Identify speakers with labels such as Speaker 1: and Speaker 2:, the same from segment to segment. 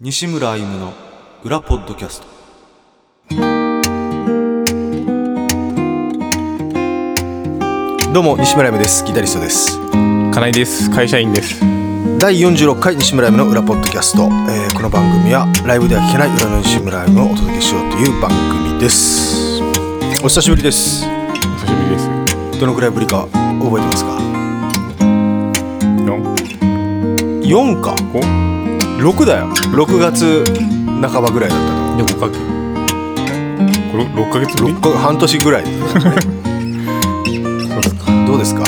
Speaker 1: 西村歩夢の裏ポッドキャスト
Speaker 2: どうも西村夢ですギタリストです
Speaker 3: 金井です会社員です
Speaker 2: 第46回西村夢の裏ポッドキャスト、えーこの番組はライブでは聞けない裏の西村夢をお届けしようという番組ですお久しぶりです
Speaker 3: お久しぶりです
Speaker 2: どのくらいぶりか覚えてますか
Speaker 3: 四
Speaker 2: 4か
Speaker 3: 五
Speaker 2: 6だよ6月半ばぐらいだった
Speaker 3: で五ヶ月これ六ヶ月ぶり
Speaker 2: のこ半年ぐらい
Speaker 3: そうですか
Speaker 2: どうですか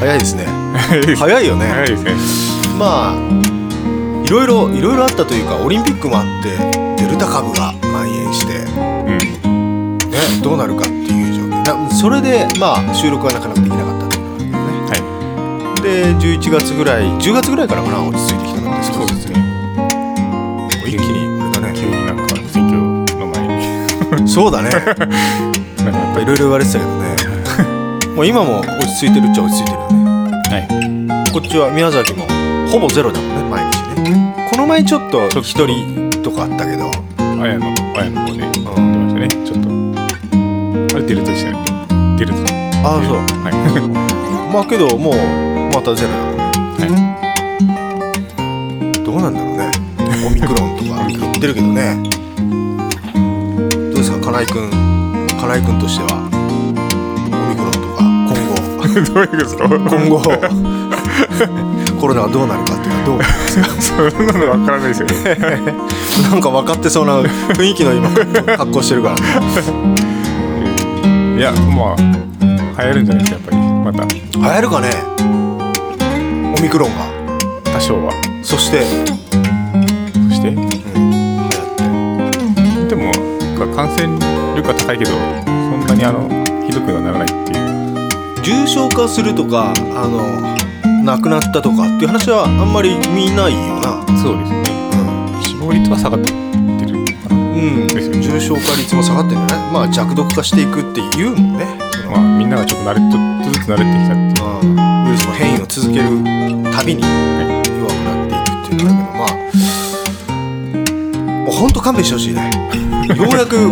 Speaker 2: 早いですね早いよね
Speaker 3: 早いですね
Speaker 2: まあいろいろいろいろあったというかオリンピックもあってデルタ株が蔓延して、ね、どうなるかっていう状況だそれでまあ収録はなかなかできなかったっていうのがあるん
Speaker 3: はい
Speaker 2: だよねで11月ぐらい10月ぐらいからかな落ち着いてきたので
Speaker 3: そうですね
Speaker 2: 一気にあれだ
Speaker 3: 急
Speaker 2: ね
Speaker 3: になんか選挙の前に
Speaker 2: そうだねやっ
Speaker 3: なんかやっ
Speaker 2: ぱいろいろ言われてたけどねもう今も落ち着いてるっちゃ落ち着いてるよね
Speaker 3: ぱはい
Speaker 2: こっちは宮崎もほぼゼロだもんね毎日ねこの前ちょっと
Speaker 3: ちょっと
Speaker 2: 一人とかあったけど
Speaker 3: 綾の綾の方で出ましたねちょっとあれ出るとしたね出ると
Speaker 2: ああそう
Speaker 3: はい
Speaker 2: まあけどもうまたゼロだもんね
Speaker 3: は
Speaker 2: どうなんだろうねオミクロンとか言ってるけどねどうですか金井君金井君としてはオミクロンとか今後
Speaker 3: いどういうことですか
Speaker 2: 今後 コロナがどうなるかっていうのはどう思いますか
Speaker 3: そんなのわからないですよ ね
Speaker 2: なんか分かってそうな雰囲気の今格好してるから、ね、
Speaker 3: いやまあ流行るんじゃないですかやっぱりまた
Speaker 2: 流行るかねオミクロンが
Speaker 3: 多少は
Speaker 2: そして
Speaker 3: そして
Speaker 2: 流行って
Speaker 3: でもなんか感染力は高いけどそんなにあのひどくはならないっていう
Speaker 2: 重症化するとかあの亡くなったとかっていう話はあんまり見ないよな
Speaker 3: そうですね死亡率は下がってる
Speaker 2: うん、
Speaker 3: ですよね
Speaker 2: 重症化率も下がってるんじゃないまあ弱毒化していくって言うもんね、
Speaker 3: まあみんながちょっと慣れちょっとずつ慣れてきたっていう
Speaker 2: ウイルスの変異を続けるたびに
Speaker 3: ね
Speaker 2: 弱くなっていくっていうのだけどまあもうほんと勘弁してほしいねようや くほ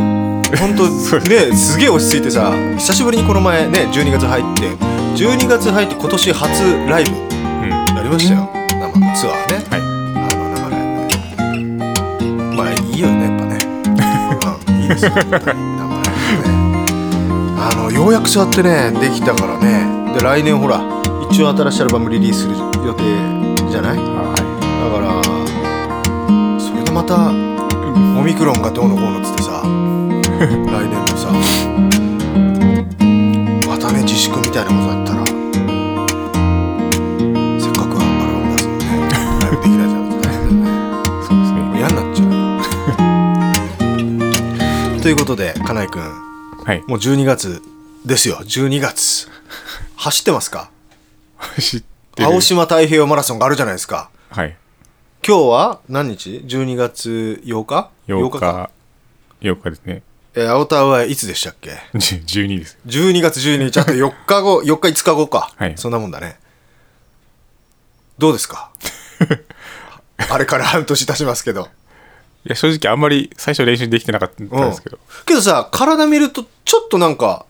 Speaker 2: んと
Speaker 3: そう
Speaker 2: ねすげえ落ち着いてさ久しぶりにこの前ね12月入って12月入って今年初ライブ
Speaker 3: うん
Speaker 2: やりましたよ生ツアーね
Speaker 3: はい
Speaker 2: あの生ライブねまあいいよねやっぱねうんいいですよ生ライブねあのようやくそうやってねできたからねで来年ほら一応新しいアルバムリリースする予定じゃないだか
Speaker 3: あは
Speaker 2: らそれでまたオミクロンがどうのこうのっつってさ来年もさまたね自粛みたいなことだったらせっかくアルバム出すのにねライブできないじゃんって大変だよね
Speaker 3: いそうですね
Speaker 2: 嫌になっちゃうということで金井君
Speaker 3: はい
Speaker 2: もう12月ですよ12月走ってますか
Speaker 3: 知ってる
Speaker 2: 青島太平洋マラソンがあるじゃないですか
Speaker 3: はい
Speaker 2: 今日は何日 ?12 月8日
Speaker 3: 8
Speaker 2: 8か
Speaker 3: 日8日ですね
Speaker 2: えー、青田はいつでしたっけ
Speaker 3: じゅ12です
Speaker 2: 12月12日あと4日後 4日5日後か、
Speaker 3: はい
Speaker 2: そんなもんだねどうです かあれから半年経ちますけど
Speaker 3: いや正直あんまり最初練習できてなかったんですけど
Speaker 2: けどさ体見るとちょっとなんか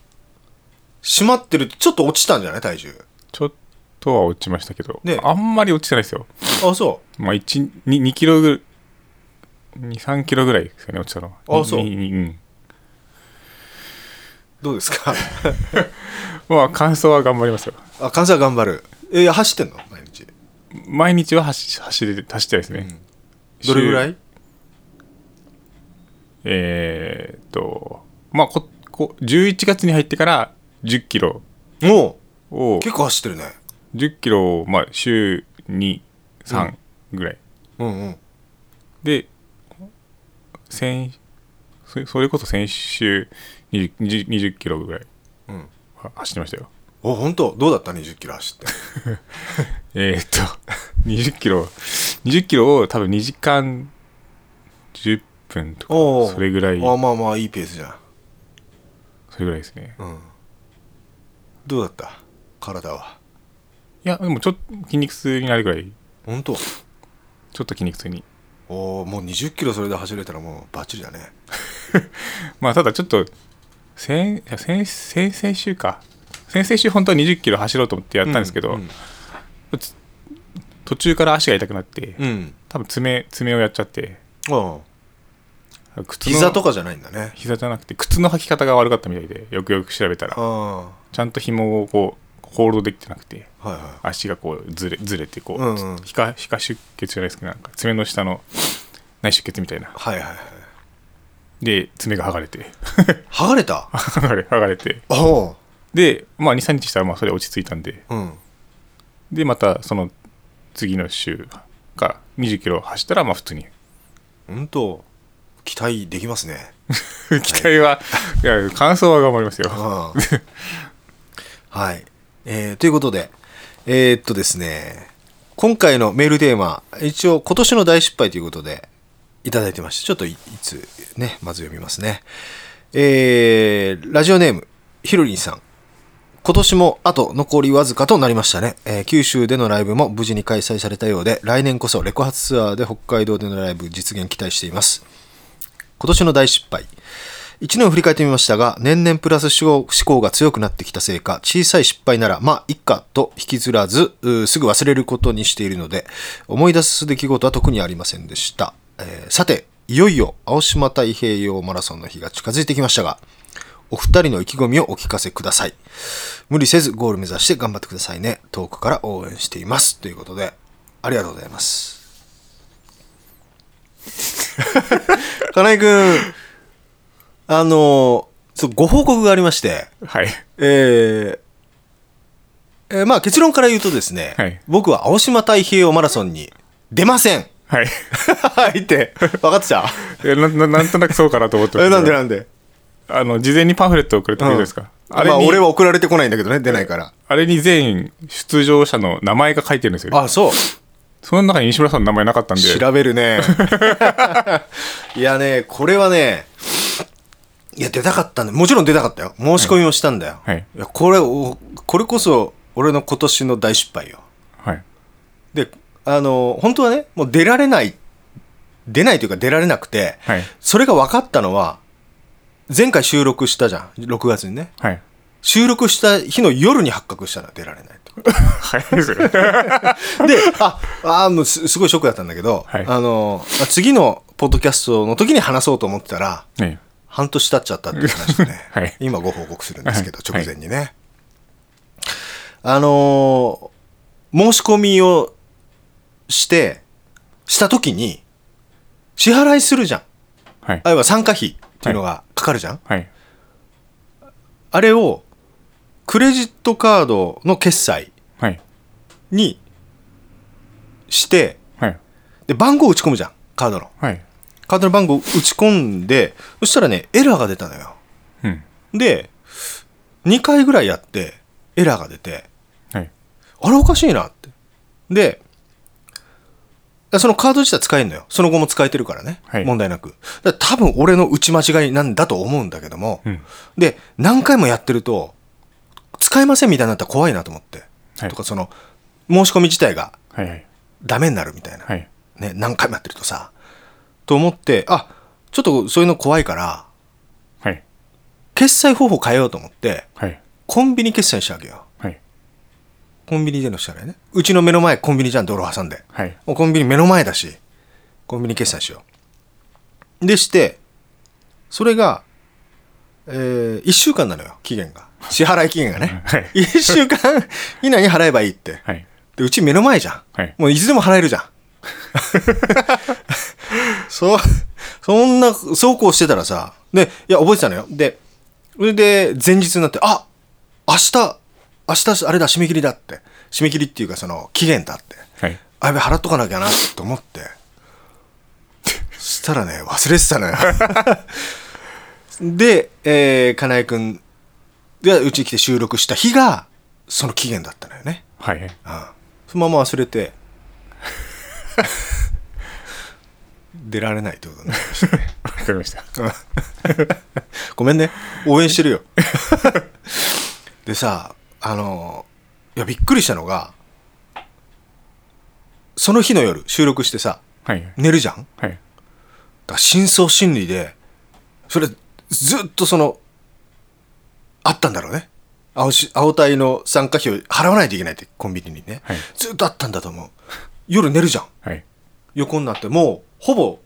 Speaker 2: 締まってるとちょっと落ちたんじゃない体重
Speaker 3: ちょっとは落ちましたけど
Speaker 2: ね
Speaker 3: あんまり落ちてないですよ
Speaker 2: あそ
Speaker 3: まあ、1 2, 2キロぐらい23キロぐらいですかね落ちたのは
Speaker 2: あそう
Speaker 3: ににうん
Speaker 2: うどうですか
Speaker 3: まあ感想は頑張りますよ
Speaker 2: あ関西は頑張るえ走ってんの毎日
Speaker 3: 毎日は走走り走ってないですね、
Speaker 2: どれぐら
Speaker 3: 週
Speaker 2: い
Speaker 3: えー、っとまあここ11月に入ってから10キロ
Speaker 2: も
Speaker 3: を
Speaker 2: う結構走ってるね
Speaker 3: 10キロをまあ週23ぐらい、
Speaker 2: うんうん
Speaker 3: で先そそれこそ先週 20, 20, 20キロぐらい
Speaker 2: うん
Speaker 3: は走ってましたよ
Speaker 2: お本当どうだった2 0キロ走って
Speaker 3: えー、っと、20キロ、20キロを多分2時間10分と
Speaker 2: おうおう
Speaker 3: か、それぐらい、
Speaker 2: あ
Speaker 3: そ
Speaker 2: まあまあいいペースじゃん
Speaker 3: れぐらいですね。
Speaker 2: うんどうだった体はい
Speaker 3: や、でもちょっと筋肉痛になるぐらい、
Speaker 2: 本当
Speaker 3: ちょっと筋肉痛に
Speaker 2: おおもう2 0キロそれで走れたらもうバッチリだね
Speaker 3: まあただちょっと先先先々週か先々週本当は2 0キロ走ろうと思ってやったんですけど、
Speaker 2: うん
Speaker 3: つ途中から足が痛くなって、
Speaker 2: うん
Speaker 3: 多分爪爪をやっちゃって
Speaker 2: うん
Speaker 3: 靴の
Speaker 2: 膝とかじゃないんだね
Speaker 3: 膝じゃなくて靴の履き方が悪かったみたいでよくよく調べたら
Speaker 2: あ
Speaker 3: ちゃんと紐をこうホールドできてなくて
Speaker 2: あはいは
Speaker 3: 足がこうずれずれてこう、
Speaker 2: うんうん
Speaker 3: 皮下皮下出血じゃないですけどなんか爪の下の内出血みたいない
Speaker 2: はいはいはい
Speaker 3: で爪が剥がれて
Speaker 2: 剥がれた
Speaker 3: 剥がれ剥がれて
Speaker 2: お
Speaker 3: で、まあ、23日したらまあそれ落ち着いたんで
Speaker 2: おうん
Speaker 3: でまたその次の週か2 0キロ走ったらまあ 普通に
Speaker 2: うんと期待できますね
Speaker 3: 期待は、 いや感想は頑張りますよ
Speaker 2: うんはい。えーということで、えーっとですね、今回のメールテーマ、一応今年の大失敗ということで、いただいてまして、ちょっといいつね、まず読みますね。えーラジオネーム、ひろりんさん。今年もあと残りわずかとなりましたね、えー九州でのライブも無事に開催されたようで、来年こそレコ発ツアーで北海道でのライブ実現期待しています。今年の大失敗。1年を振り返ってみましたが、年々プラス思考思考が強くなってきたせいか、小さい失敗なら、まあ、いっかと引きずらず、うーすぐ忘れることにしているので、思い出す出来事は特にありませんでした。えーさて、いよいよ、青島太平洋マラソンの日が近づいてきましたが、お二人の意気込みをお聞かせください。無理せずゴール目指して頑張ってくださいね。遠くから応援しています。ということで、ありがとうございます。金井くん、あのーそうご報告がありまして、
Speaker 3: はい
Speaker 2: えーえーまあ結論から言うとですね、
Speaker 3: はい
Speaker 2: 僕は青島太平洋マラソンに出ま せん。
Speaker 3: はい
Speaker 2: はいって、分かってた
Speaker 3: いやなななんとなくそうかなと思ってま
Speaker 2: え
Speaker 3: す
Speaker 2: なんでなんで、
Speaker 3: あの事前にパンフレットをくれたんですか、
Speaker 2: あまあ俺は送られてこないんだけどね、出ないから。
Speaker 3: あれに全出場者の名前が書いてるんですよ。
Speaker 2: あ、そう。
Speaker 3: その中に西村さんの名前なかったんで。
Speaker 2: 調べる ね。いやね、これはね、いや、出たかったんだ。もちろん出たかったよ。申し込みをしたんだよ。
Speaker 3: はい
Speaker 2: やこれ、おこれこそ、俺の今年の大失敗よ。
Speaker 3: はい。
Speaker 2: で、あの、本当はね、もう出られない、出ないというか出られなくて、
Speaker 3: はい。
Speaker 2: それが分かったのは、前回収録したじゃん。6月にね。
Speaker 3: はい。
Speaker 2: 収録した日の夜に発覚したの、出られないと。
Speaker 3: 早いです よ。
Speaker 2: で、あ、あーもうすすごいショックだったんだけど、
Speaker 3: はい
Speaker 2: あの、あ次のポッドキャストの時に話そうと思ってたら、
Speaker 3: ね
Speaker 2: 半年経っちゃったっていう話でね、
Speaker 3: はい
Speaker 2: 今ご報告するんですけど、
Speaker 3: はい
Speaker 2: 直前にね。あのー申し込みをして、した時に、支払いするじゃん。
Speaker 3: はい
Speaker 2: あ。要は参加費っていうのがかかるじゃん。
Speaker 3: はい。
Speaker 2: あれを、クレジットカードの決済
Speaker 3: はい。
Speaker 2: にして、
Speaker 3: はい。
Speaker 2: で、番号打ち込むじゃん、カードの。
Speaker 3: はい。
Speaker 2: カードの番号打ち込んで、そしたらね、エラーが出たのよ。
Speaker 3: うん。
Speaker 2: で、2回ぐらいやって、エラーが出て、
Speaker 3: はい。
Speaker 2: あれおかしいなって。で、そのカード自体使えるのよ。その後も使えてるからね。
Speaker 3: はい
Speaker 2: 問題なく。だから多分俺の打ち間違いなんだと思うんだけども。
Speaker 3: うん。
Speaker 2: で、何回もやってると、使えませんみたいになったら怖いなと思って。
Speaker 3: はい
Speaker 2: とか、その、申し込み自体が
Speaker 3: はい。はい。
Speaker 2: ダメになるみたいな。
Speaker 3: はい。
Speaker 2: ね、何回もやってるとさ。と思って、あ、ちょっとそういうの怖いから、
Speaker 3: はい。
Speaker 2: 決済方法変えようと思って、
Speaker 3: はい。
Speaker 2: コンビニ決済したわけよ。
Speaker 3: はい。
Speaker 2: コンビニでの支払いね。うちの目の前コンビニじゃん、道路挟んで。
Speaker 3: はい。
Speaker 2: もうコンビニ目の前だし、コンビニ決済しよう。でして、それが、えー、1週間なのよ、期限が。支払い期限がね。
Speaker 3: はい
Speaker 2: 1週間以内に払えばいいって。
Speaker 3: はい。
Speaker 2: で、うち目の前じゃん。
Speaker 3: はい
Speaker 2: もういつでも払え るじゃん。そう、そんな、そうこうしてたらさ、で、いや、覚えてたのよ。で、それで、前日になって、あ明日、明日、あれだ、締め切りだって。締め切りっていうか、その、期限だって。
Speaker 3: はい。
Speaker 2: あやべ払っとかなきゃなと思ってそしたらね忘れてたのよで、えー、金井君がうちに来て収録した日がその期限だったのよね、
Speaker 3: はい。
Speaker 2: うん、そのまま忘れて 出られないってことね
Speaker 3: わかりました。
Speaker 2: ごめんね応援してるよでさあのいやびっくりしたのがその日の夜収録してさ
Speaker 3: はい
Speaker 2: 寝るじゃんだか
Speaker 3: はい
Speaker 2: ら深層心理でそれずっとそのあったんだろうね青し青隊の参加費を払わないといけないってコンビニにね、
Speaker 3: はい
Speaker 2: ずっとあったんだと思う夜寝るじゃん
Speaker 3: はい
Speaker 2: 横になってもうほぼ、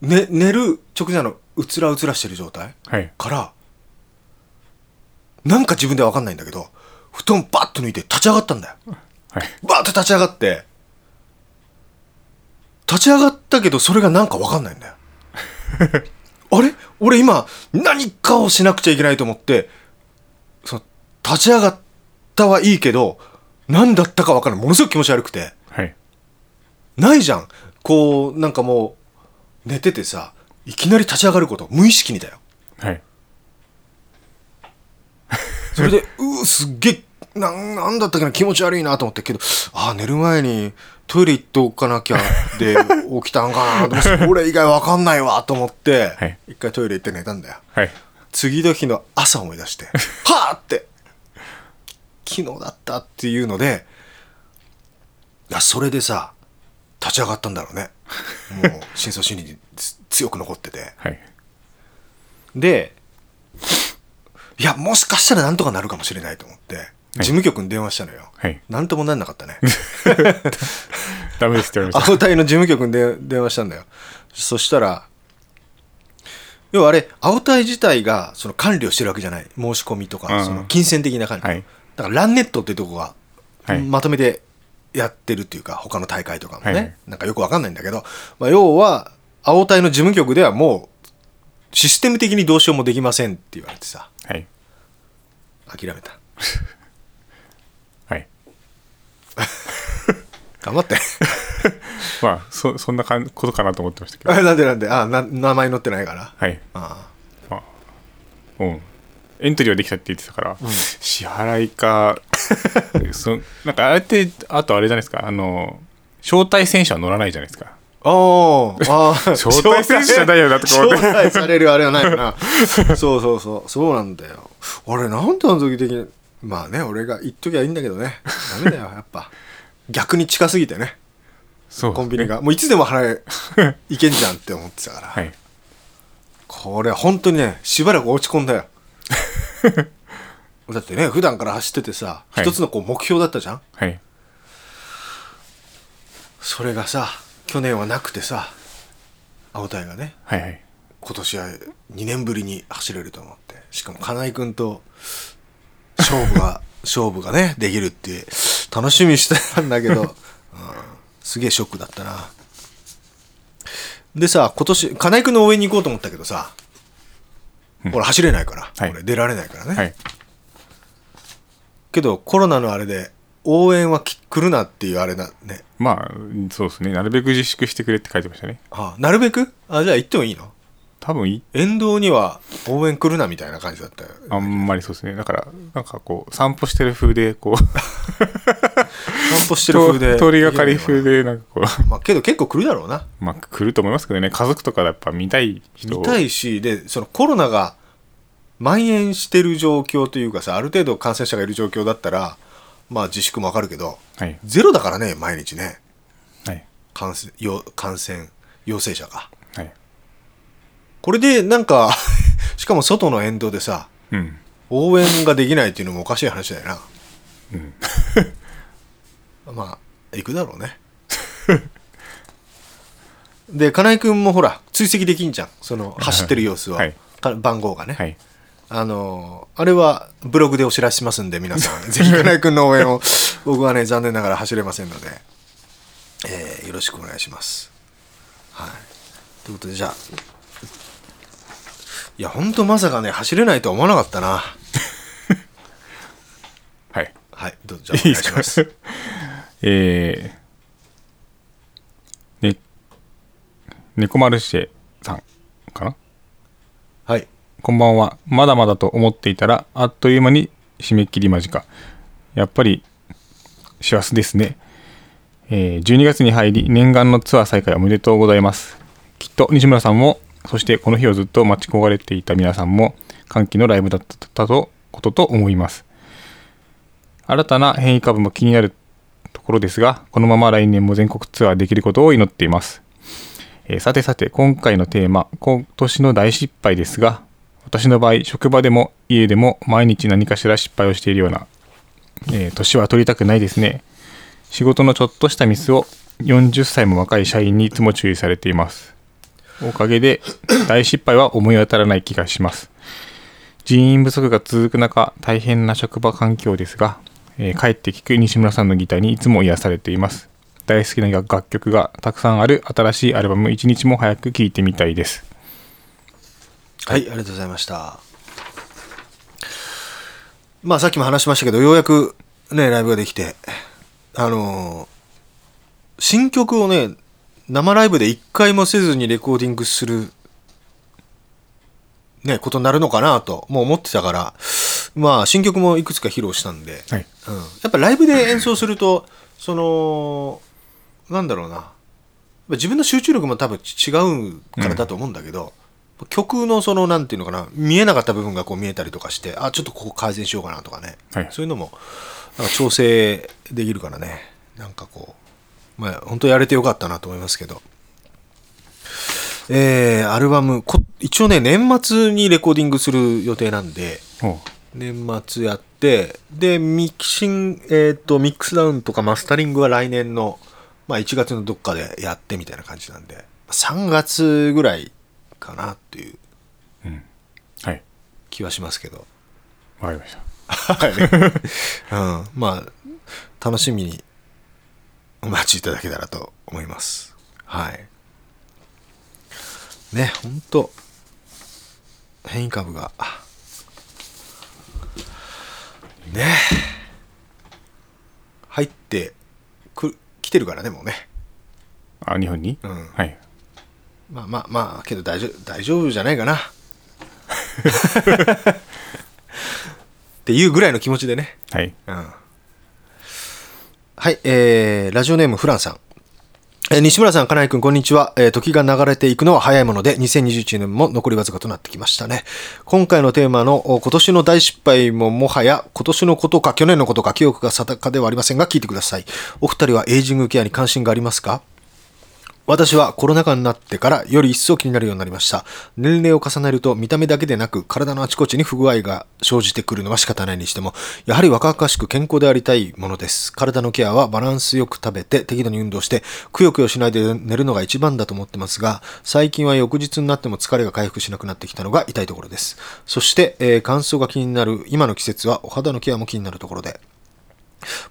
Speaker 2: ね、寝る直前のうつらうつらしてる状態
Speaker 3: はい
Speaker 2: からなんか自分では分かんないんだけど布団バッと抜いて立ち上がったんだよ
Speaker 3: はい
Speaker 2: バーって立ち上がって立ち上がったけどそれがなんか分かんないんだよあれ俺今何かをしなくちゃいけないと思ってその立ち上がったはいいけど何だったか分かんないものすごく気持ち悪くて
Speaker 3: はい
Speaker 2: ないじゃんこうなんかもう寝ててさいきなり立ち上がること無意識にだよ
Speaker 3: はい
Speaker 2: それで、うー、すっげえ、なん、なんだったっけな、気持ち悪いなと思ったけど、あー、寝る前にトイレ行っておかなきゃで 起きたんかなと思って、俺以外わかんないわと思って、
Speaker 3: はい
Speaker 2: 一回トイレ行って寝たんだよ。
Speaker 3: はい
Speaker 2: 次の日の朝思い出 して、はーって、昨日だったっていうので、いや、それでさ、立ち上がったんだろうね。 もう、深層心理に強く残ってて。
Speaker 3: はい
Speaker 2: で、いや、もしかしたらなんとかなるかもしれないと思って、事務局に電話したのよ。
Speaker 3: はい
Speaker 2: なんともなんなかった ね。
Speaker 3: ダメですって言われまし
Speaker 2: 青隊の事務局にで電話したんだよ。そしたら、要はあれ、青隊自体がその管理をしてるわけじゃない。申し込みと
Speaker 3: う
Speaker 2: か、
Speaker 3: ん
Speaker 2: その金銭的な管理。
Speaker 3: はい
Speaker 2: だから、ランネットっていうとこが、
Speaker 3: はい
Speaker 2: まとめてやってるっていうか、他の大会とかもね、
Speaker 3: はい
Speaker 2: なんかよくわかんないんだけど、まあ、要は、青隊の事務局ではもう、システム的にどうしようもできませんって言われてさ、
Speaker 3: たはい
Speaker 2: 諦めた。
Speaker 3: はい
Speaker 2: 頑張って。
Speaker 3: まあそそんなかんことかなと思ってましたけ ど
Speaker 2: あなんでなんで、あな名前載ってないから。
Speaker 3: はい
Speaker 2: あ
Speaker 3: まあうんエントリーはできたって言ってたから、支払 いかそなんかあれってあとあれじゃないですかあの招待選手は乗らないじゃないで すか
Speaker 2: あー、ああ、
Speaker 3: 招待選手じゃないよなとか思
Speaker 2: 招
Speaker 3: って
Speaker 2: 待されるあれはないよな。 そうそうそう、そうなんだよ。俺、なんであの時的に、まあね、俺が言っときゃいいんだけどね。ダメだよ、やっぱ。逆に近すぎてね、
Speaker 3: そうです
Speaker 2: コ
Speaker 3: ね
Speaker 2: ンビニが。もういつでも払 え、いけんじゃんって思ってたから。
Speaker 3: はい
Speaker 2: これ、本当にね、しばらく落ち込んだ よ。だってね、普段から走っててさ、
Speaker 3: はい
Speaker 2: 一つのこう目標だったじゃん。
Speaker 3: はい
Speaker 2: それがさ去年はなくてさ青鯛がね
Speaker 3: はいはい
Speaker 2: 今年は2年ぶりに走れると思ってしかも金井君と勝負が 勝負がねできるって楽しみにしてたんだけ ど、うん、すげえショックだったなでさ今年金井君の応援に行こうと思ったけどさ、俺走れないから、
Speaker 3: はい
Speaker 2: 俺出られないからね、
Speaker 3: はい
Speaker 2: けどコロナのあれで応援はき来るなっていうあれだね
Speaker 3: まあそうですねなるべく自粛してくれって書いてましたね
Speaker 2: あなるべくあじゃあ行ってもいいの
Speaker 3: 多分い
Speaker 2: 沿道には応援来るなみたいな感じだ ったよ
Speaker 3: あんまりそうですねだからなんかこう散歩してる風でこう
Speaker 2: 散歩してる風で
Speaker 3: 通りがかり風でなんかこう
Speaker 2: まあけど結構来るだろうな
Speaker 3: まあ来ると思いますけどね家族とかやっぱ見たい人
Speaker 2: 見たいしでそのコロナが蔓延してる状況というかさある程度感染者がいる状況だったらまあ自粛もわかるけど
Speaker 3: はい
Speaker 2: ゼロだからね毎日ね
Speaker 3: はい
Speaker 2: 感染よ感染陽性者が
Speaker 3: はい
Speaker 2: これでなんか しかも外の沿道でさ
Speaker 3: うん
Speaker 2: 応援ができないっていうのもおかしい話だよなうん まあ行くだろうね で金井君もほら追跡できんじゃんそ の走ってる様子を、
Speaker 3: はい
Speaker 2: か番号がね、
Speaker 3: はい
Speaker 2: あのーあれはブログでお知らせしますんで皆さ んぜひ金井君の応援を 僕はね残念ながら走れませんので、えーよろしくお願いしますはいということでじゃあいやほんとまさかね走れないとは思わなかったな
Speaker 3: はい
Speaker 2: はい、どうぞ、じゃあ お願いします。
Speaker 3: いいですか えー、ね、猫マルシェさんかな
Speaker 2: はい。
Speaker 3: こんばんは。まだまだと思っていたら、あっという間に締め切り間近。やっぱり、師走ですね。えー12月に入り、念願のツアー再開おめでとうございます。きっと西村さんも、そしてこの日をずっと待ち焦がれていた皆さんも、歓喜のライブだったとことと思います。新たな変異株も気になるところですが、このまま来年も全国ツアーできることを祈っています。えーさてさて、今回のテーマ、今年の大失敗ですが、私の場合、職場でも家でも毎日何かしら失敗をしているような、えー年は取りたくないですね。仕事のちょっとしたミスを40歳も若い社員にいつも注意されています。おかげで大失敗は思い当たらない気がします。人員不足が続く中、大変な職場環境ですが、えー帰って聴く西村さんのギターにいつも癒されています。大好きな楽曲がたくさんある新しいアルバム一日も早く聴いてみたいです。
Speaker 2: はい、ありがとうございました。まあさっきも話しましたけど、ようやくね、ライブができて、あのー新曲をね、生ライブで一回もせずにレコーディングする、ね、ことになるのかなと、もう思ってたから、まあ新曲もいくつか披露したんで、
Speaker 3: はい。
Speaker 2: うん、やっぱライブで演奏すると、その、なんだろうな、やっぱ自分の集中力も多分違うからだと思うんだけど、曲のその、なんていうのかな、見えなかった部分がこう見えたりとかして、あ、ちょっとここ改善しようかなとかね、
Speaker 3: はい
Speaker 2: そういうのも、なんか調整できるからね、なんかこう、まあ、本当やれてよかったなと思いますけど。えー、アルバム、こ一応ね、年末にレコーディングする予定なんで、
Speaker 3: おう
Speaker 2: 年末やってでミキシンえっ、とミックスダウンとかマスタリングは来年の、まあ、1月のどっかでやってみたいな感じなんで3月ぐらいかなっていう
Speaker 3: はい。
Speaker 2: 気はしますけど、
Speaker 3: わかりました。
Speaker 2: はい、うん、まあ楽しみにお待ちいただけたらと思いますはいねほんと変異株がね入ってく来てるからねもうね
Speaker 3: あ、日本に、
Speaker 2: うん
Speaker 3: はい。
Speaker 2: まあまあまあけど大丈夫大丈夫じゃないかな っていうぐらいの気持ちでね
Speaker 3: はい。
Speaker 2: うんはい、えー、ラジオネームフランさん。えー西村さん、金井君、こんにちは。えー時が流れていくのは早いもので、2021年も残りわずかとなってきましたね。今回のテーマの、お今年の大失敗ももはや、今年のことか去年のことか、記憶が定かではありませんが、聞いてください。お二人はエイジングケアに関心がありますか私はコロナ禍になってからより一層気になるようになりました。年齢を重ねると見た目だけでなく体のあちこちに不具合が生じてくるのは仕方ないにしても、やはり若々しく健康でありたいものです。体のケアはバランスよく食べて適度に運動してくよくよしないで寝るのが一番だと思ってますが、最近は翌日になっても疲れが回復しなくなってきたのが痛いところです。そして、えー乾燥が気になる今の季節はお肌のケアも気になるところで、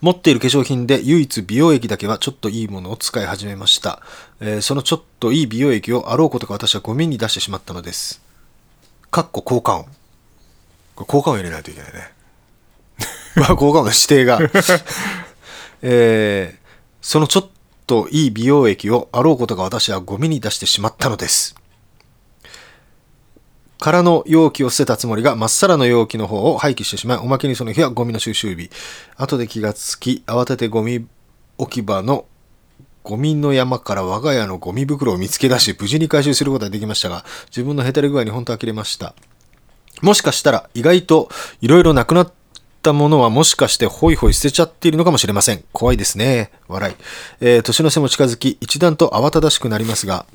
Speaker 2: 持っている化粧品で唯一美容液だけはちょっといいものを使い始めました、えーそのちょっといい美容液をあろうことか私はゴミに出してしまったのですかっこ効果音これ効果音入れないといけないね まあ効果音の指定が えーそのちょっといい美容液をあろうことか私はゴミに出してしまったのです空の容器を捨てたつもりが、まっさらの容器の方を廃棄してしまい、おまけにその日はゴミの収集日。後で気がつき、慌ててゴミ置き場のゴミの山から我が家のゴミ袋を見つけ出し、無事に回収することができましたが、自分のへたり具合に本当呆れました。もしかしたら、意外といろいろなくなったものはもしかしてホイホイ捨てちゃっているのかもしれません。怖いですね。笑い。えー年の瀬も近づき、一段と慌ただしくなりますが、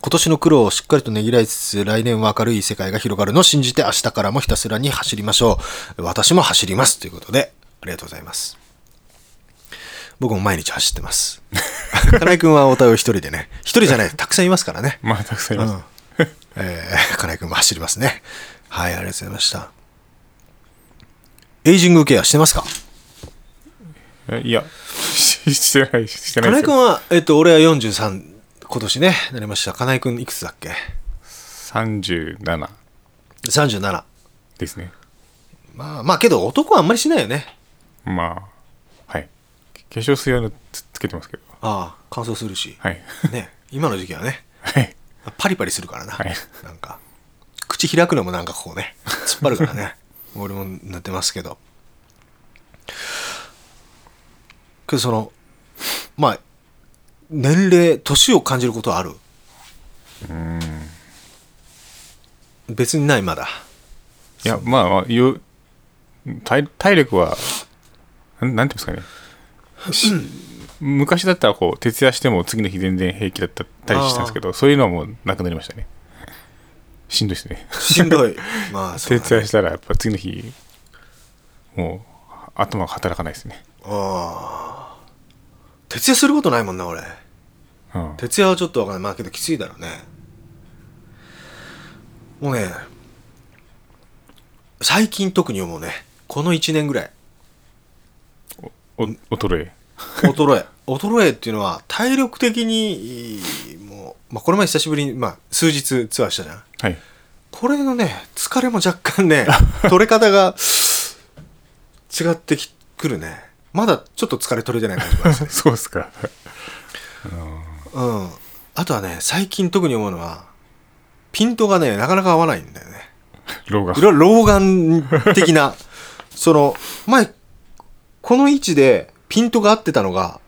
Speaker 2: 今年の苦労をしっかりとねぎらいつつ、来年は明るい世界が広がるのを信じて、明日からもひたすらに走りましょう。私も走ります。ということで、ありがとうございます。僕も毎日走ってます。金井くんはお互い一人でね。一人じゃない、たくさんいますからね。
Speaker 3: まあ、たくさんいます。
Speaker 2: うん、 えー、金井くんも走りますね。はい、ありがとうございました。エイジングケアしてますか
Speaker 3: えいや、し してない、してない
Speaker 2: 金井
Speaker 3: です
Speaker 2: くん
Speaker 3: よ。
Speaker 2: は、えっと、俺は43、今年ね、なりました。金井くんいくつだっけ
Speaker 3: 37
Speaker 2: ?37。
Speaker 3: ですね。
Speaker 2: まあまあけど男はあんまりしないよね。
Speaker 3: まあ、はい。化粧水はのつつけてますけど。
Speaker 2: ああ、乾燥するし。
Speaker 3: はい。
Speaker 2: ね、今の時期はね、
Speaker 3: はい。
Speaker 2: パリパリするからな。
Speaker 3: はい
Speaker 2: なんか、口開くのもなんかこうね、突っ張るからね。俺も塗ってますけど。けどその、まあ、年齢、年を感じることはある別にないまだ。
Speaker 3: いや、まあ、まあ、言う体体力は、なんなんていうんですかね。し昔だったらこう徹夜しても次の日全然平気だったりしたんですけどそういうのはもうなくなりましたねしんどいですね
Speaker 2: しんどいまあ そうだ
Speaker 3: 徹
Speaker 2: ね
Speaker 3: 夜したらやっぱ次の日もう頭が働かないですね、
Speaker 2: ああ徹夜することないもんな俺
Speaker 3: うん、
Speaker 2: 徹夜はちょっとわかんないまあけどきついだろうねもうね最近特に思うねこの1年ぐらい
Speaker 3: お衰え
Speaker 2: 衰え衰えっていうのは体力的にもう、まあ、これ前久しぶりに、まあ、数日ツアーしたじゃん
Speaker 3: はい
Speaker 2: これのね疲れも若干ね取れ方が違ってきくるねまだちょっと疲れ取れてない感じが
Speaker 3: そうですか
Speaker 2: うんあとはね最近特に思うのはピントがねなかなか合わないんだよね
Speaker 3: 老 眼
Speaker 2: 裏老眼的な その前この位置でピントが合ってたのが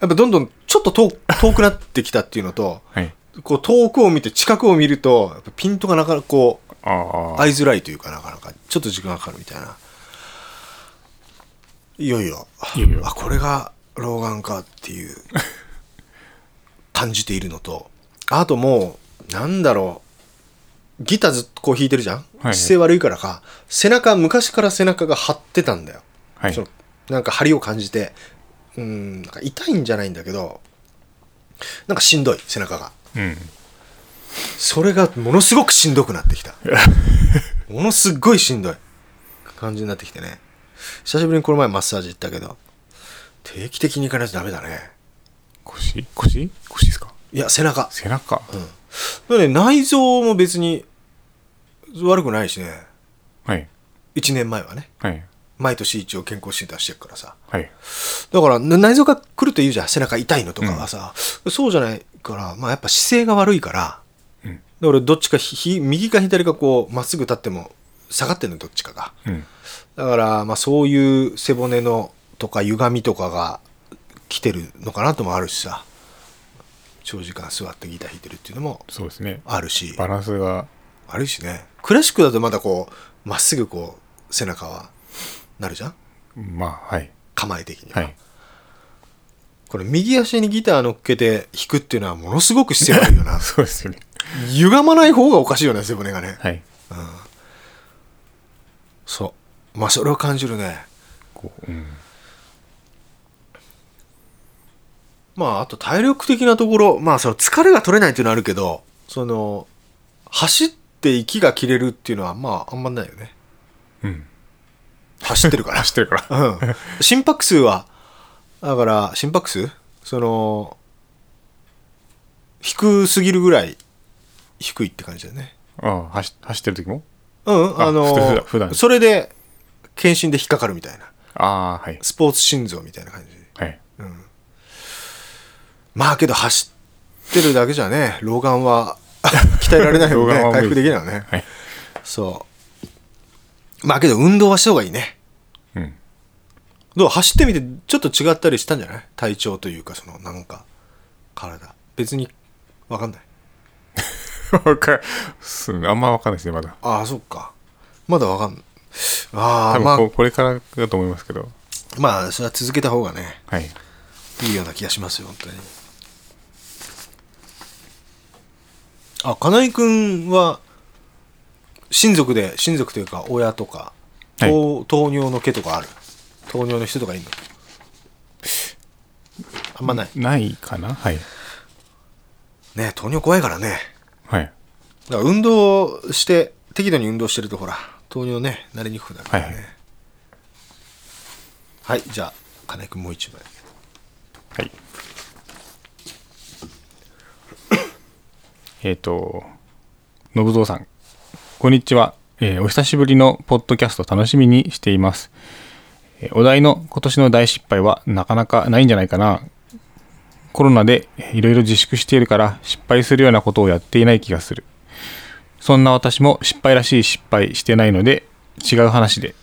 Speaker 2: やっぱどんどんちょっと遠遠くなってきたっていうのと
Speaker 3: はい
Speaker 2: こう遠くを見て近くを見るとやっぱピントがなかなかこう
Speaker 3: ああ
Speaker 2: 合いづらいというかなかなかちょっと時間がかかるみたいないよいよ
Speaker 3: いよいよ
Speaker 2: あこれが老眼かって いう感じているのとあともうなんだろうギターずっとこう弾いてるじゃん、
Speaker 3: はい
Speaker 2: 姿勢悪いからか背中昔から背中が張ってたんだよ、
Speaker 3: はい
Speaker 2: そのなんか張りを感じてうんなんか痛いんじゃないんだけどなんかしんどい背中が
Speaker 3: うん
Speaker 2: それがものすごくしんどくなって きた。ものすごいしんどい感じになってきてね。久しぶりにこの前マッサージ行ったけど、定期的に行かないとダメだね。
Speaker 3: 腰腰腰ですか
Speaker 2: いや、背中。
Speaker 3: 背中、
Speaker 2: だね、内臓も別に悪くないしね。
Speaker 3: はい
Speaker 2: 1年前はね。
Speaker 3: はい
Speaker 2: 毎年一応健康診断してるからさ。
Speaker 3: はい
Speaker 2: だから、な内臓が来ると言うじゃん。背中痛いのとかはさ。そうじゃないから、まあやっぱ姿勢が悪いから。
Speaker 3: うん
Speaker 2: で俺どっちかひひ右か左かこうまっすぐ立っても下がってんのどっちかが
Speaker 3: うん
Speaker 2: だから、まあ、そういう背骨のとか歪みとかが来てるのかなともあるしさ長時間座ってギター弾いてるっていうのも
Speaker 3: そうですね
Speaker 2: あるし
Speaker 3: バランスが
Speaker 2: あるしねクラシックだとまだこうまっすぐこう背中はなるじゃん
Speaker 3: まあはい
Speaker 2: 構え的には、
Speaker 3: はい
Speaker 2: これ右足にギター乗っけて弾くっていうのはものすごく姿勢悪いよな
Speaker 3: そうですよね
Speaker 2: 歪まない方がおかしいよね背骨がね
Speaker 3: はい
Speaker 2: そうまあそれを感じるね
Speaker 3: こう、うん、
Speaker 2: まあ、あと体力的なところ、まあ、その疲れが取れないっていうのはあるけど、その、走って息が切れるっていうのは、まあ、あんまないよね。
Speaker 3: うん、
Speaker 2: 走ってる から。
Speaker 3: 走ってるから
Speaker 2: うん。心拍数は、だから、心拍数その、低すぎるぐらい低いって感じだよね。
Speaker 3: ああ走走ってる時も
Speaker 2: うん、
Speaker 3: あ
Speaker 2: あの
Speaker 3: 普通普段普段
Speaker 2: それで、検診で引っかかるみたいな。
Speaker 3: ああはい
Speaker 2: スポーツ心臓みたいな感じ。
Speaker 3: はい
Speaker 2: まあけど走ってるだけじゃね老眼は 鍛えられないよ
Speaker 3: 老眼
Speaker 2: ね
Speaker 3: は無理
Speaker 2: 回復できないよね
Speaker 3: はい
Speaker 2: そうまあけど運動はした方がいいね
Speaker 3: うん
Speaker 2: どう走ってみてちょっと違ったりしたんじゃない体調というかそのなんか体別に分かんない
Speaker 3: わかすあんまわかんないですねまだ
Speaker 2: ああそっかまだ分かんないあ
Speaker 3: 多
Speaker 2: あま
Speaker 3: 分
Speaker 2: あ
Speaker 3: こ,、これからだと思いますけど
Speaker 2: まあそれは続けた方がね
Speaker 3: はい
Speaker 2: いいような気がしますよ本当にあ金井君は親族で親族というか親とか、
Speaker 3: はい
Speaker 2: 糖糖尿の毛とかある糖尿の人とかいるのあんまない
Speaker 3: ないかなはい
Speaker 2: ね糖尿怖いからね
Speaker 3: はい
Speaker 2: だから運動して適度に運動してるとほら糖尿ねなりにくくなるからね
Speaker 3: はい
Speaker 2: はい、じゃあ金井君もう一枚
Speaker 3: はい。 えっと、信蔵さん、こんにちは、えーお久しぶりのポッドキャスト楽しみにしています。えーお題の今年の大失敗はなかなかないんじゃないかな。コロナでいろいろ自粛しているから失敗するようなことをやっていない気がする。そんな私も失敗らしい失敗してないので違う話で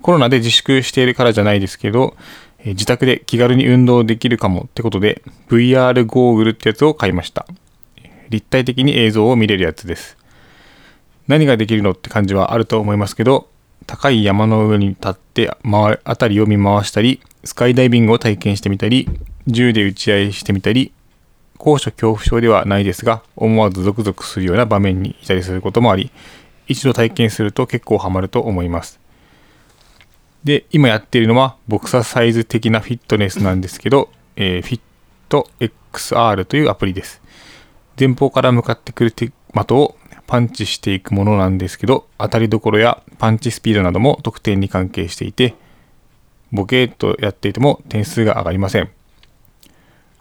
Speaker 3: コロナで自粛しているからじゃないですけど、えー自宅で気軽に運動できるかもってことで、VR ゴーグルってやつを買いました。立体的に映像を見れるやつです。何ができるのって感じはあると思いますけど、高い山の上に立って回辺りを見回したりスカイダイビングを体験してみたり銃で撃ち合いしてみたり高所恐怖症ではないですが思わずゾクゾクするような場面にいたりすることもあり一度体験すると結構ハマると思いますで今やっているのはボクササイズ的なフィットネスなんですけど、えー、フィット XR というアプリです前方から向かってくるて的をパンチしていくものなんですけど当たりどころやパンチスピードなども得点に関係していてボケーっとやっていても点数が上がりません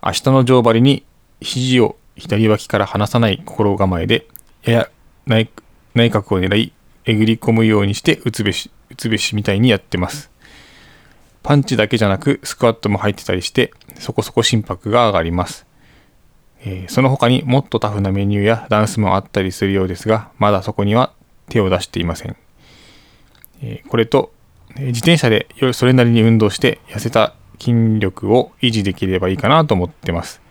Speaker 3: 明日の上張りに肘を左脇から離さない心構えでやや内内角を狙いえぐり込むようにして打つべし打つべしみたいにやってますパンチだけじゃなくスクワットも入ってたりしてそこそこ心拍が上がりますえーその他にもっとタフなメニューやダンスもあったりするようですが、まだそこには手を出していません。えーこれと、えー自転車でよそれなりに運動して痩せた筋力を維持できればいいかなと思ってます。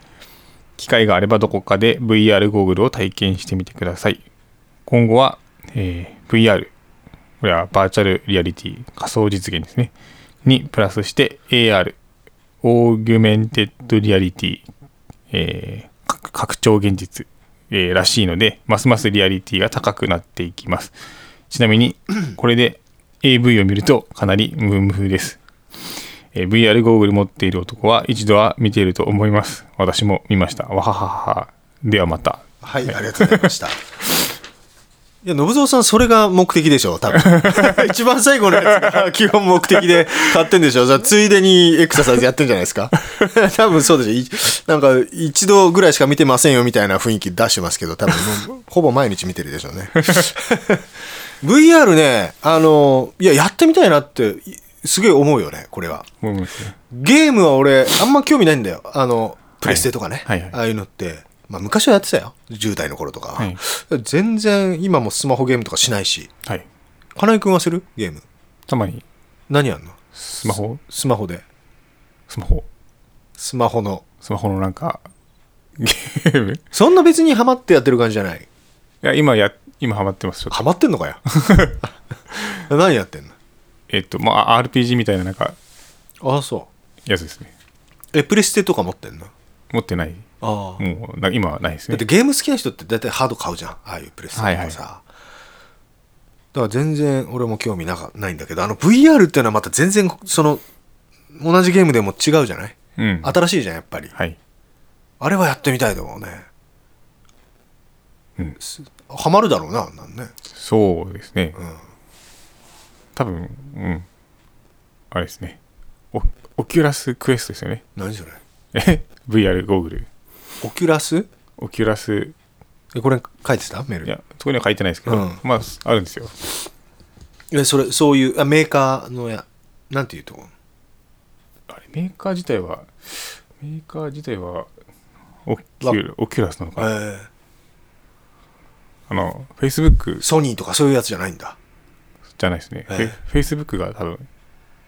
Speaker 3: 機会があればどこかで VR ゴーグルを体験してみてください。今後は、えー VR、これはバーチャルリアリティ、仮想実現ですね、にプラスして AR、オーギュメンテッドリアリティ、えーか拡張現実、えーらしいので、ますますリアリティが高くなっていきます。ちなみ に、これで AV を見るとかなりムーム風です。えー VR ゴーグル持っている男は一度は見ていると思います。私も見ました。わはははは。ではまた。
Speaker 2: はい、ありがとうございま した。いや、信蔵さん、それが目的でしょ、多 分。一番最後のやつ が基本目的で買ってんでしょ。じゃあ、ついでにエクササイズやってんじゃないです か。多分そうでしょい。なんか、一度ぐらいしか見てませんよ、みたいな雰囲気出してますけど、多分もう、ほぼ毎日見てるでしょう ね。VR ね、あの、いや、やってみたいなって、いすげえ思うよね、これは。
Speaker 3: ムームですね
Speaker 2: ゲームは俺、あんま興味ないんだよ。あの、プレステとかね。
Speaker 3: はいはい
Speaker 2: ああいうのって。まあ、昔はやってたよ。10代の頃とかは。
Speaker 3: はい
Speaker 2: 全然、今もスマホゲームとかしないし。
Speaker 3: はい。
Speaker 2: 金井くんはするゲーム。
Speaker 3: たまに
Speaker 2: 何やんの
Speaker 3: スマホ、
Speaker 2: スマホで。
Speaker 3: スマホ、
Speaker 2: スマホの。
Speaker 3: スマホのなんか、ゲームい
Speaker 2: そんな別にハマってやってる感じじゃない。
Speaker 3: や、今や、今ハマってます。ちょっと
Speaker 2: ハマってんの かよ。何やってん
Speaker 3: えっと、まあ、RPG みたいななんか、
Speaker 2: のああ、そ
Speaker 3: やつですね。
Speaker 2: う。え、プレステとか持ってんの
Speaker 3: 持ってない。
Speaker 2: ああ。
Speaker 3: もう、な今はないです
Speaker 2: だって。
Speaker 3: ね
Speaker 2: ゲーム好きな人って大体ハード買うじゃんああいうプレステとかさ、
Speaker 3: はいはい
Speaker 2: だから全然俺も興味なかないんだけどあの VR っていうのはまた全然その同じゲームでも違うじゃない
Speaker 3: うん。
Speaker 2: 新しいじゃんやっぱり
Speaker 3: はい。
Speaker 2: あれはやってみたいと思うね
Speaker 3: うん
Speaker 2: すハマるだろうなあんなんね
Speaker 3: そうですね。
Speaker 2: ん
Speaker 3: 多分、うん。あれですね。オオキュラスクエストですよね。
Speaker 2: 何それ
Speaker 3: え ?VR ゴーグル。
Speaker 2: オキュラス
Speaker 3: オキュラス、
Speaker 2: えこれ書いてたメール
Speaker 3: いや、そこには書いてないですけど、
Speaker 2: うん
Speaker 3: まあ、あるんですよ。
Speaker 2: えそれそういうあメーカーのやなんていうとこ
Speaker 3: あれ、メーカー自体は、メーカー自体は、オキュラオキュラスなの
Speaker 2: え
Speaker 3: かな。
Speaker 2: ー
Speaker 3: あの、Facebook
Speaker 2: ソニーとかそういうやつじゃないんだ
Speaker 3: じゃないですね。フ
Speaker 2: え
Speaker 3: ェ Facebook が多分、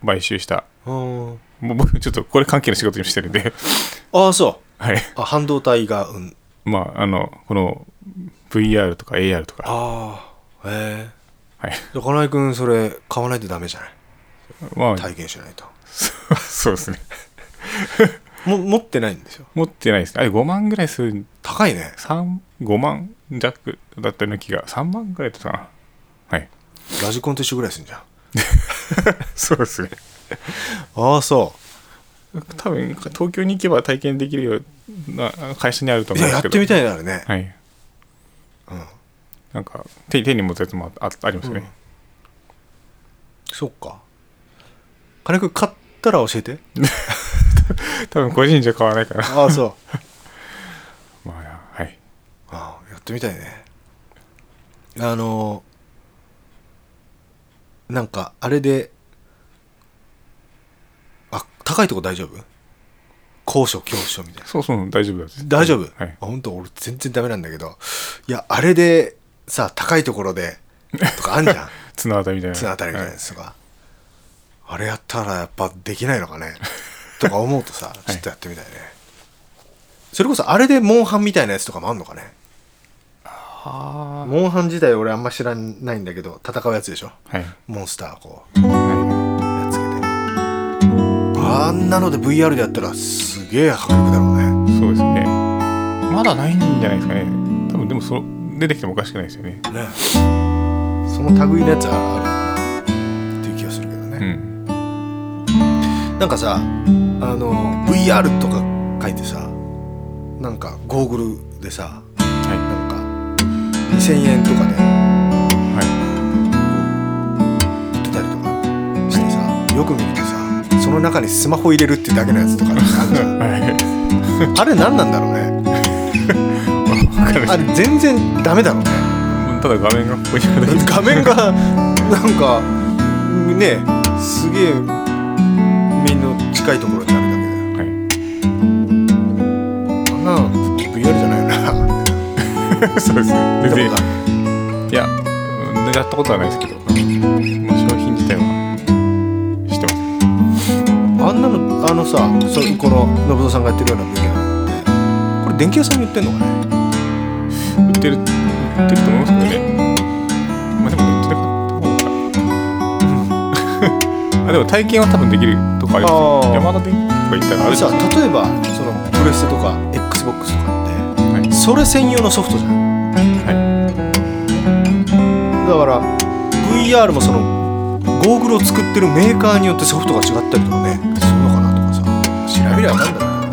Speaker 3: 買収した。
Speaker 2: うん
Speaker 3: もう僕、ちょっとこれ関係の仕事にしてるんで、
Speaker 2: ああそ
Speaker 3: はい。
Speaker 2: うあ半導体が、うん、
Speaker 3: まあ、あの、この VR とか AR とか、
Speaker 2: ああへえ
Speaker 3: はい。
Speaker 2: じゃあ金井君それ買わないとダメじゃない
Speaker 3: まあ、
Speaker 2: 体験しないと
Speaker 3: そうそうですね。
Speaker 2: も持ってないんですよ
Speaker 3: 持ってないですね。あれ、5万ぐらいする、
Speaker 2: 高いね
Speaker 3: 三5万弱だったような気が、3万ぐらいだったかな。はい。
Speaker 2: ラジコンと一緒ぐらいするんじゃん
Speaker 3: そうですね。
Speaker 2: ああそ
Speaker 3: 多分、東京に行けば体験できるような会社にあると
Speaker 2: うい
Speaker 3: 思うん
Speaker 2: や
Speaker 3: で
Speaker 2: やっ
Speaker 3: すけ
Speaker 2: て
Speaker 3: ど。
Speaker 2: みたいなあれね、
Speaker 3: はい。うん。なんか、手手に持つやつもああありますよね。
Speaker 2: そっか金井君買ったら教えて
Speaker 3: 多分、個人じゃ買わな いから。
Speaker 2: ああそう
Speaker 3: まあ、はい。
Speaker 2: ああやってみたいねあのなんかあれであ高いとこ大丈夫高所恐怖症みたいな
Speaker 3: そうそう、大丈夫です。
Speaker 2: 大丈夫、
Speaker 3: はい。
Speaker 2: あ本当俺全然ダメなんだけどいやあれでさ高いところでとかあ んじゃん
Speaker 3: 綱渡りみたいな。
Speaker 2: 綱当たりみたいな
Speaker 3: は
Speaker 2: やつとか、あれやったらやっぱできないのかねとか思うとさちょっとやってみたいね、それこそあれでモンハンみたいなやつとかもあんのかね
Speaker 3: あは
Speaker 2: モンハン自体俺あんま知らないんだけど戦うやつでしょ
Speaker 3: あはい
Speaker 2: モンスターをこうやっつけてあんなので VR でやったらすげえ迫力だろうね
Speaker 3: そうですねまだないんじゃないですかね多分でもそ出てきてもおかしくないですよね
Speaker 2: ねその類のやつはあるのかなっていう気がするけど
Speaker 3: う
Speaker 2: ね、
Speaker 3: ん
Speaker 2: なんかさあの VR とか書いてさなんかゴーグルでさ
Speaker 3: は
Speaker 2: なんか2000円とかで
Speaker 3: いは
Speaker 2: 売ってたりとかしてさよく見るとさその中にスマホ入れるってだけのやつとかあるじゃ ん
Speaker 3: いはい
Speaker 2: あれ何なんだろうね
Speaker 3: わかる
Speaker 2: あれ全然ダメだろうね
Speaker 3: ただ画面がここにあるだけ
Speaker 2: 画面がなんかねすげえ目の近いところにある
Speaker 3: はい
Speaker 2: だけだよあんな VR じゃないよな
Speaker 3: そうですね全
Speaker 2: 見
Speaker 3: 然
Speaker 2: たことある
Speaker 3: いやうんやったことはないですけど、うんまあ、商品自体はしてます
Speaker 2: あんなのあのさそこの信蔵さんがやってるような VR ってこれ電気屋さんに売ってんのかね
Speaker 3: 売ってる売ってると思いますけどねまあでも売ってなかった方が あでも体験は多分できるとかあります
Speaker 2: あ
Speaker 3: よ
Speaker 2: ー
Speaker 3: 山田電機とか行ったらあるじゃ
Speaker 2: さ
Speaker 3: ないです
Speaker 2: 例えばそのプレステとか XBOX とかって
Speaker 3: かはい
Speaker 2: それ専用のソフトじゃん
Speaker 3: は
Speaker 2: だから VR もそのゴーグルを作ってるメーカーによってソフトが違ったりとかねするのかなとかさ調べりゃ分かんだろう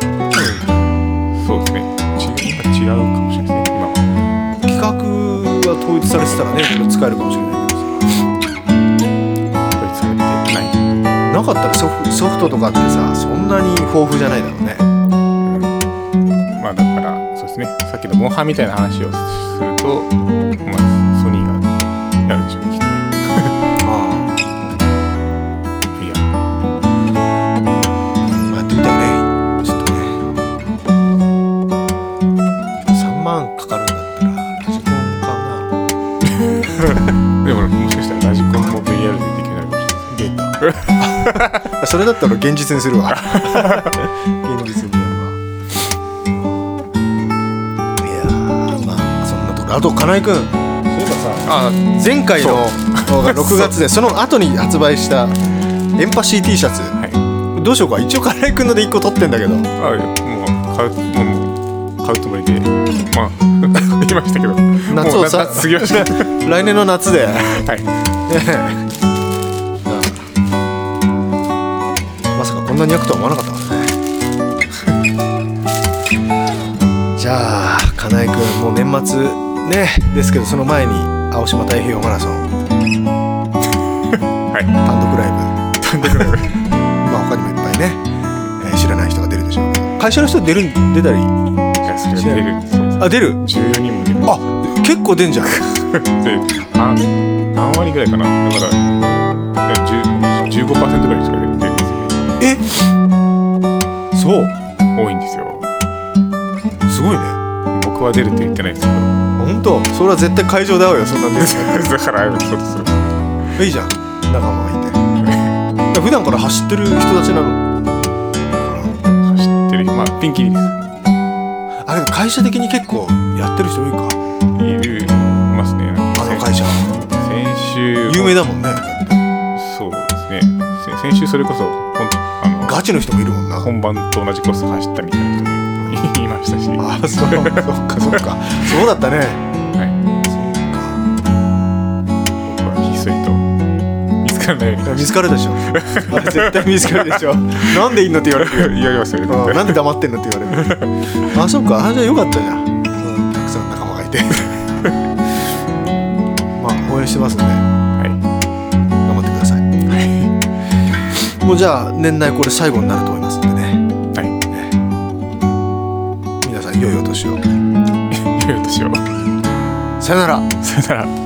Speaker 2: けどね
Speaker 3: いそうですね違う違うかもしれないですね今は
Speaker 2: 企画が統一されてたらねこれ使えるかもしれないけどさ
Speaker 3: ドイツされてない
Speaker 2: なかったらソフソフトとかってさそんなに豊富じゃないだろうね
Speaker 3: うんまあだからそうですねさっきのモンハンみたいな話をすると、まあ、ソニーがやるでしょうねきっとね
Speaker 2: あ
Speaker 3: いや
Speaker 2: あやってみたいねちょっとね3万かかるんだったらラジコンか
Speaker 3: でももしかしたらラジコンも VR でできるようになるかもしれないですね
Speaker 2: な出たそれだったら現実にするわ現実にやるわいやーまあそんなところあと金井君
Speaker 3: そういえばさあ
Speaker 2: 前回の動画6月でその後に発売したエンパシー T シャツ
Speaker 3: はい
Speaker 2: どうしようか一応金井君ので1個取ってんだけど
Speaker 3: あいやもう買うもう買うつもりでまあ できましたけど
Speaker 2: 夏
Speaker 3: もう
Speaker 2: をさ
Speaker 3: 夏過ぎました
Speaker 2: 来年の夏で
Speaker 3: はい
Speaker 2: まさかこんなに焼くとは思わなかったからね じゃあ金井君もう年末ねですけどその前に青島太平洋マラソン
Speaker 3: はい
Speaker 2: 単独ライブまあ他にもいっぱいね、えー知らない人が出るでしょうけど会社の人出る出たり
Speaker 3: じゃあそれが出るそうです
Speaker 2: あ出る
Speaker 3: 14人も出る
Speaker 2: あ結構出んじゃん
Speaker 3: であ何割ぐらいかなだからいや10 15%ぐらいしか出るんです
Speaker 2: え
Speaker 3: よ
Speaker 2: そう
Speaker 3: 多いんですよ
Speaker 2: すごいね
Speaker 3: 僕は出るって言ってないですけど
Speaker 2: 本当それは絶対会場で会うよそんなんです
Speaker 3: だからそうです
Speaker 2: いいじゃん仲間がいてだから普段から走ってる人たちなのか
Speaker 3: 走ってるまあピンキリです
Speaker 2: なあれ会社的に結構やってる人多いか
Speaker 3: いるいますねなんか
Speaker 2: あの
Speaker 3: 先
Speaker 2: 会社
Speaker 3: 先週
Speaker 2: 有名だもんね
Speaker 3: そうですねせ先週それこそほんあの
Speaker 2: ガチの人もいるもんな
Speaker 3: 本番と同じコース走ったみたいな人もいましたし、は
Speaker 2: あそう そっかそっかそうだったね
Speaker 3: い、僕はひっそりと見つからな いよう
Speaker 2: 見つかるでしょあれ絶対見つかるでしょなんでいいのって言われるよ
Speaker 3: に やりますよね
Speaker 2: うん
Speaker 3: 絶
Speaker 2: なんで黙ってんのって言われる あそっかあじゃあよかったじゃん、うん、たくさん仲間がいて まあ応援してますんで頑
Speaker 3: 対は
Speaker 2: 張ってください
Speaker 3: い、は
Speaker 2: もうじゃあ年内これ最後になると思いますんでね
Speaker 3: い、はい
Speaker 2: 皆さん良いお年を
Speaker 3: いよいよ年を
Speaker 2: さよなら
Speaker 3: さよなら